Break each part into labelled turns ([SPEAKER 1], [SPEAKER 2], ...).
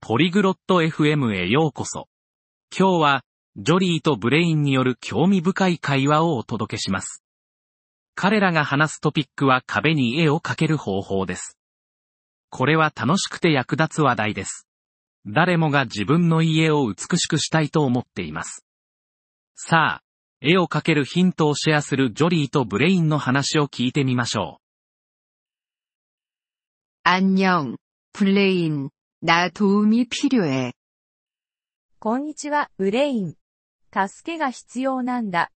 [SPEAKER 1] ポリグロット FM へようこそ。今日は、ジョリーとブレインによる興味深い会話をお届けします。彼らが話すトピックは壁に絵を描ける方法です。これは楽しくて役立つ話題です。誰もが自分の家を美しくしたいと思っています。さあ、絵を描けるヒントをシェアするジョリーとブレインの話を聞いてみましょう。
[SPEAKER 2] 안녕, 블레인. 나 도움이 필요해.
[SPEAKER 3] こんにちは、ブレイン。助けが必要なんだ。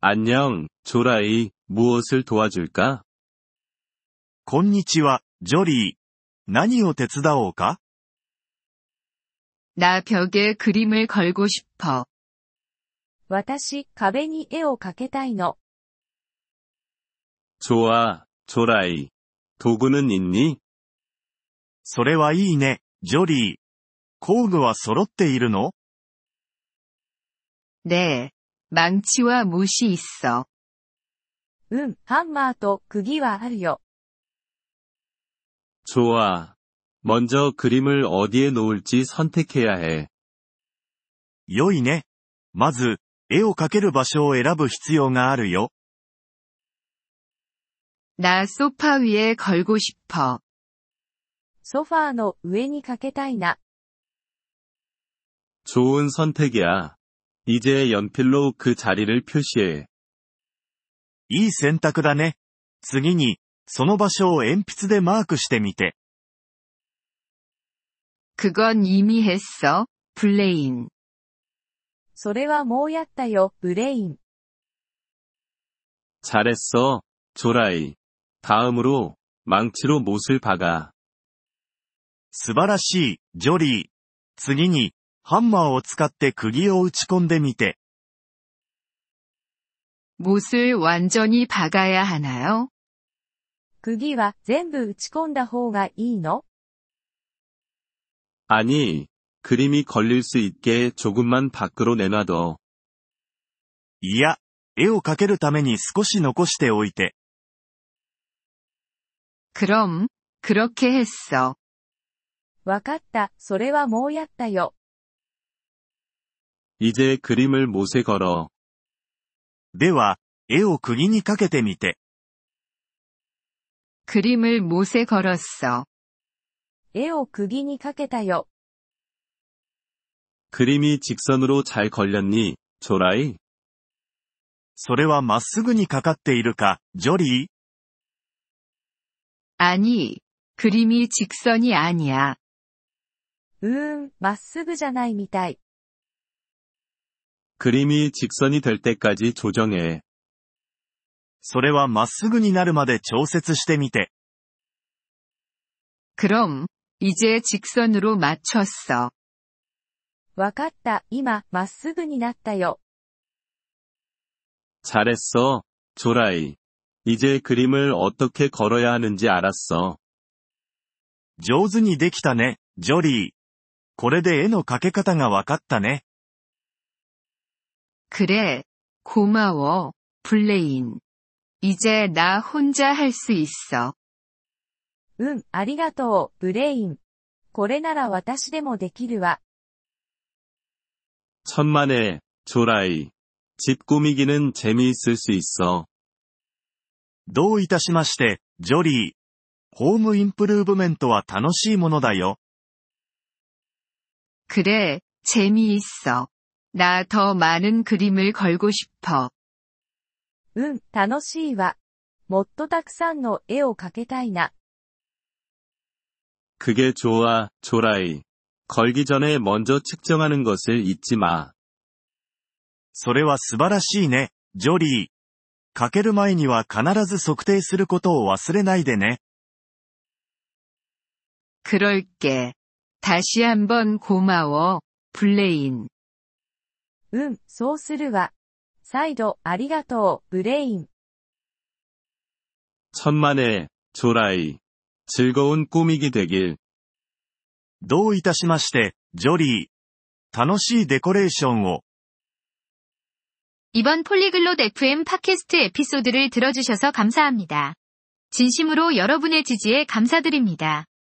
[SPEAKER 4] 안녕, 조라이. 무엇을 도와줄까?
[SPEAKER 5] こんにちは、ジョリー。何を手伝おうか
[SPEAKER 2] 나 벽에 그림을 걸고 싶어.
[SPEAKER 3] 私、壁に絵を描けたいの。
[SPEAKER 4] 좋아, 조라이. 도구는 있니?
[SPEAKER 5] それはいいね、ジョリー。工具は揃っているの
[SPEAKER 2] 네. 망치와 못이 있어.
[SPEAKER 3] うん、ハンマーと釘はあるよ。
[SPEAKER 4] 좋아. 먼저 그림을 어디에 놓을지 선택해야 해.
[SPEAKER 5] 良いね。まず、絵を描ける場所を選ぶ必要があるよ。
[SPEAKER 2] 나 소파 위에 걸고 싶어.
[SPEAKER 3] ソファーの上に描けたいな。
[SPEAKER 4] 좋은 선택이야. 이제 연필로 그 자리를 표시해.
[SPEAKER 5] いい選択だね。次に、その場所を鉛筆でマークしてみて。
[SPEAKER 2] 그건 이미 했어, 블레인.
[SPEAKER 3] それはもうやったよ、ブレイン。
[SPEAKER 4] 잘했어, 조라이. 다음으로 망치로 못을 박아.
[SPEAKER 5] 素晴らしい、ジョリー。次に、ハンマーを使って釘を打ち込んでみて。
[SPEAKER 2] 못을 완전히 박아야 하나요?
[SPEAKER 3] 釘は全部打ち込んだ方がいいの
[SPEAKER 4] 아니, 그림이 걸릴 수 있게 조금만 밖으로 내놔둬.
[SPEAKER 5] いや、絵を描けるために少し残しておいて。
[SPEAKER 2] 그럼, 그렇게 했어.
[SPEAKER 3] わかった、それはもうやったよ。
[SPEAKER 4] 이제 그림을 못에 걸어.
[SPEAKER 5] では、絵を釘にかけてみて。
[SPEAKER 2] 그림을 못에 걸었어.
[SPEAKER 3] 絵を釘に描けたよ。
[SPEAKER 4] 그림이 직선으로 잘 걸렸니, 조라이?
[SPEAKER 5] それはまっすぐにかかっているか、ジョリー
[SPEAKER 2] 아니, 그림이 직선이 아니야.
[SPEAKER 3] うーん、まっすぐじゃないみたい。
[SPEAKER 4] 그림이 직선이 될 때까지 조정해.
[SPEAKER 5] それはまっすぐになるまで調節してみて。
[SPEAKER 2] 그럼, 이제 직선으로 맞췄어.
[SPEAKER 3] わかった、今、まっすぐになったよ。
[SPEAKER 4] 잘했어, 조라이. 이제 그림을 어떻게 걸어야 하는지 알았어.
[SPEAKER 5] 上手にできたね、ジョリー。これで絵の描け方がわかったね。
[SPEAKER 2] 그래, 고마워, 블레인. 이제 나 혼자 할 수 있어.
[SPEAKER 3] うん、ありがとう、ブレイン。これなら私でもできるわ。
[SPEAKER 4] 천만에, 조라이. 집 꾸미기는 재미있을 수 있어.
[SPEAKER 5] どういたしまして、ジョリー。ホームインプルーブメントは楽しいものだよ。
[SPEAKER 2] 그래, 재미있어. 나 더 많은 그림을 걸고 싶어.
[SPEAKER 3] うん、楽しいわ。もっとたくさんの絵を描けたいな。
[SPEAKER 4] 그게 좋아, 조라이. 걸기 전에 먼저 측정하는 것을 잊지 마.
[SPEAKER 5] それは素晴らしいね、ジョリー。描ける前には必ず測定することを忘れないでね。
[SPEAKER 2] 그럴게. 다시 한번 고마워, 블레인.
[SPEAKER 3] うん、そうするわ。再度、ありがとう、ブレイン。
[SPEAKER 4] 천만에, 조라이. 즐거운 꾸미기 되길.
[SPEAKER 5] どういたしまして、ジョリー。楽しいデコレーションを。
[SPEAKER 6] 이번 폴리글롯 FM 팟캐스트 에피소드를 들어주셔서 감사합니다. 진심으로 여러분의 지지에 감사드립니다.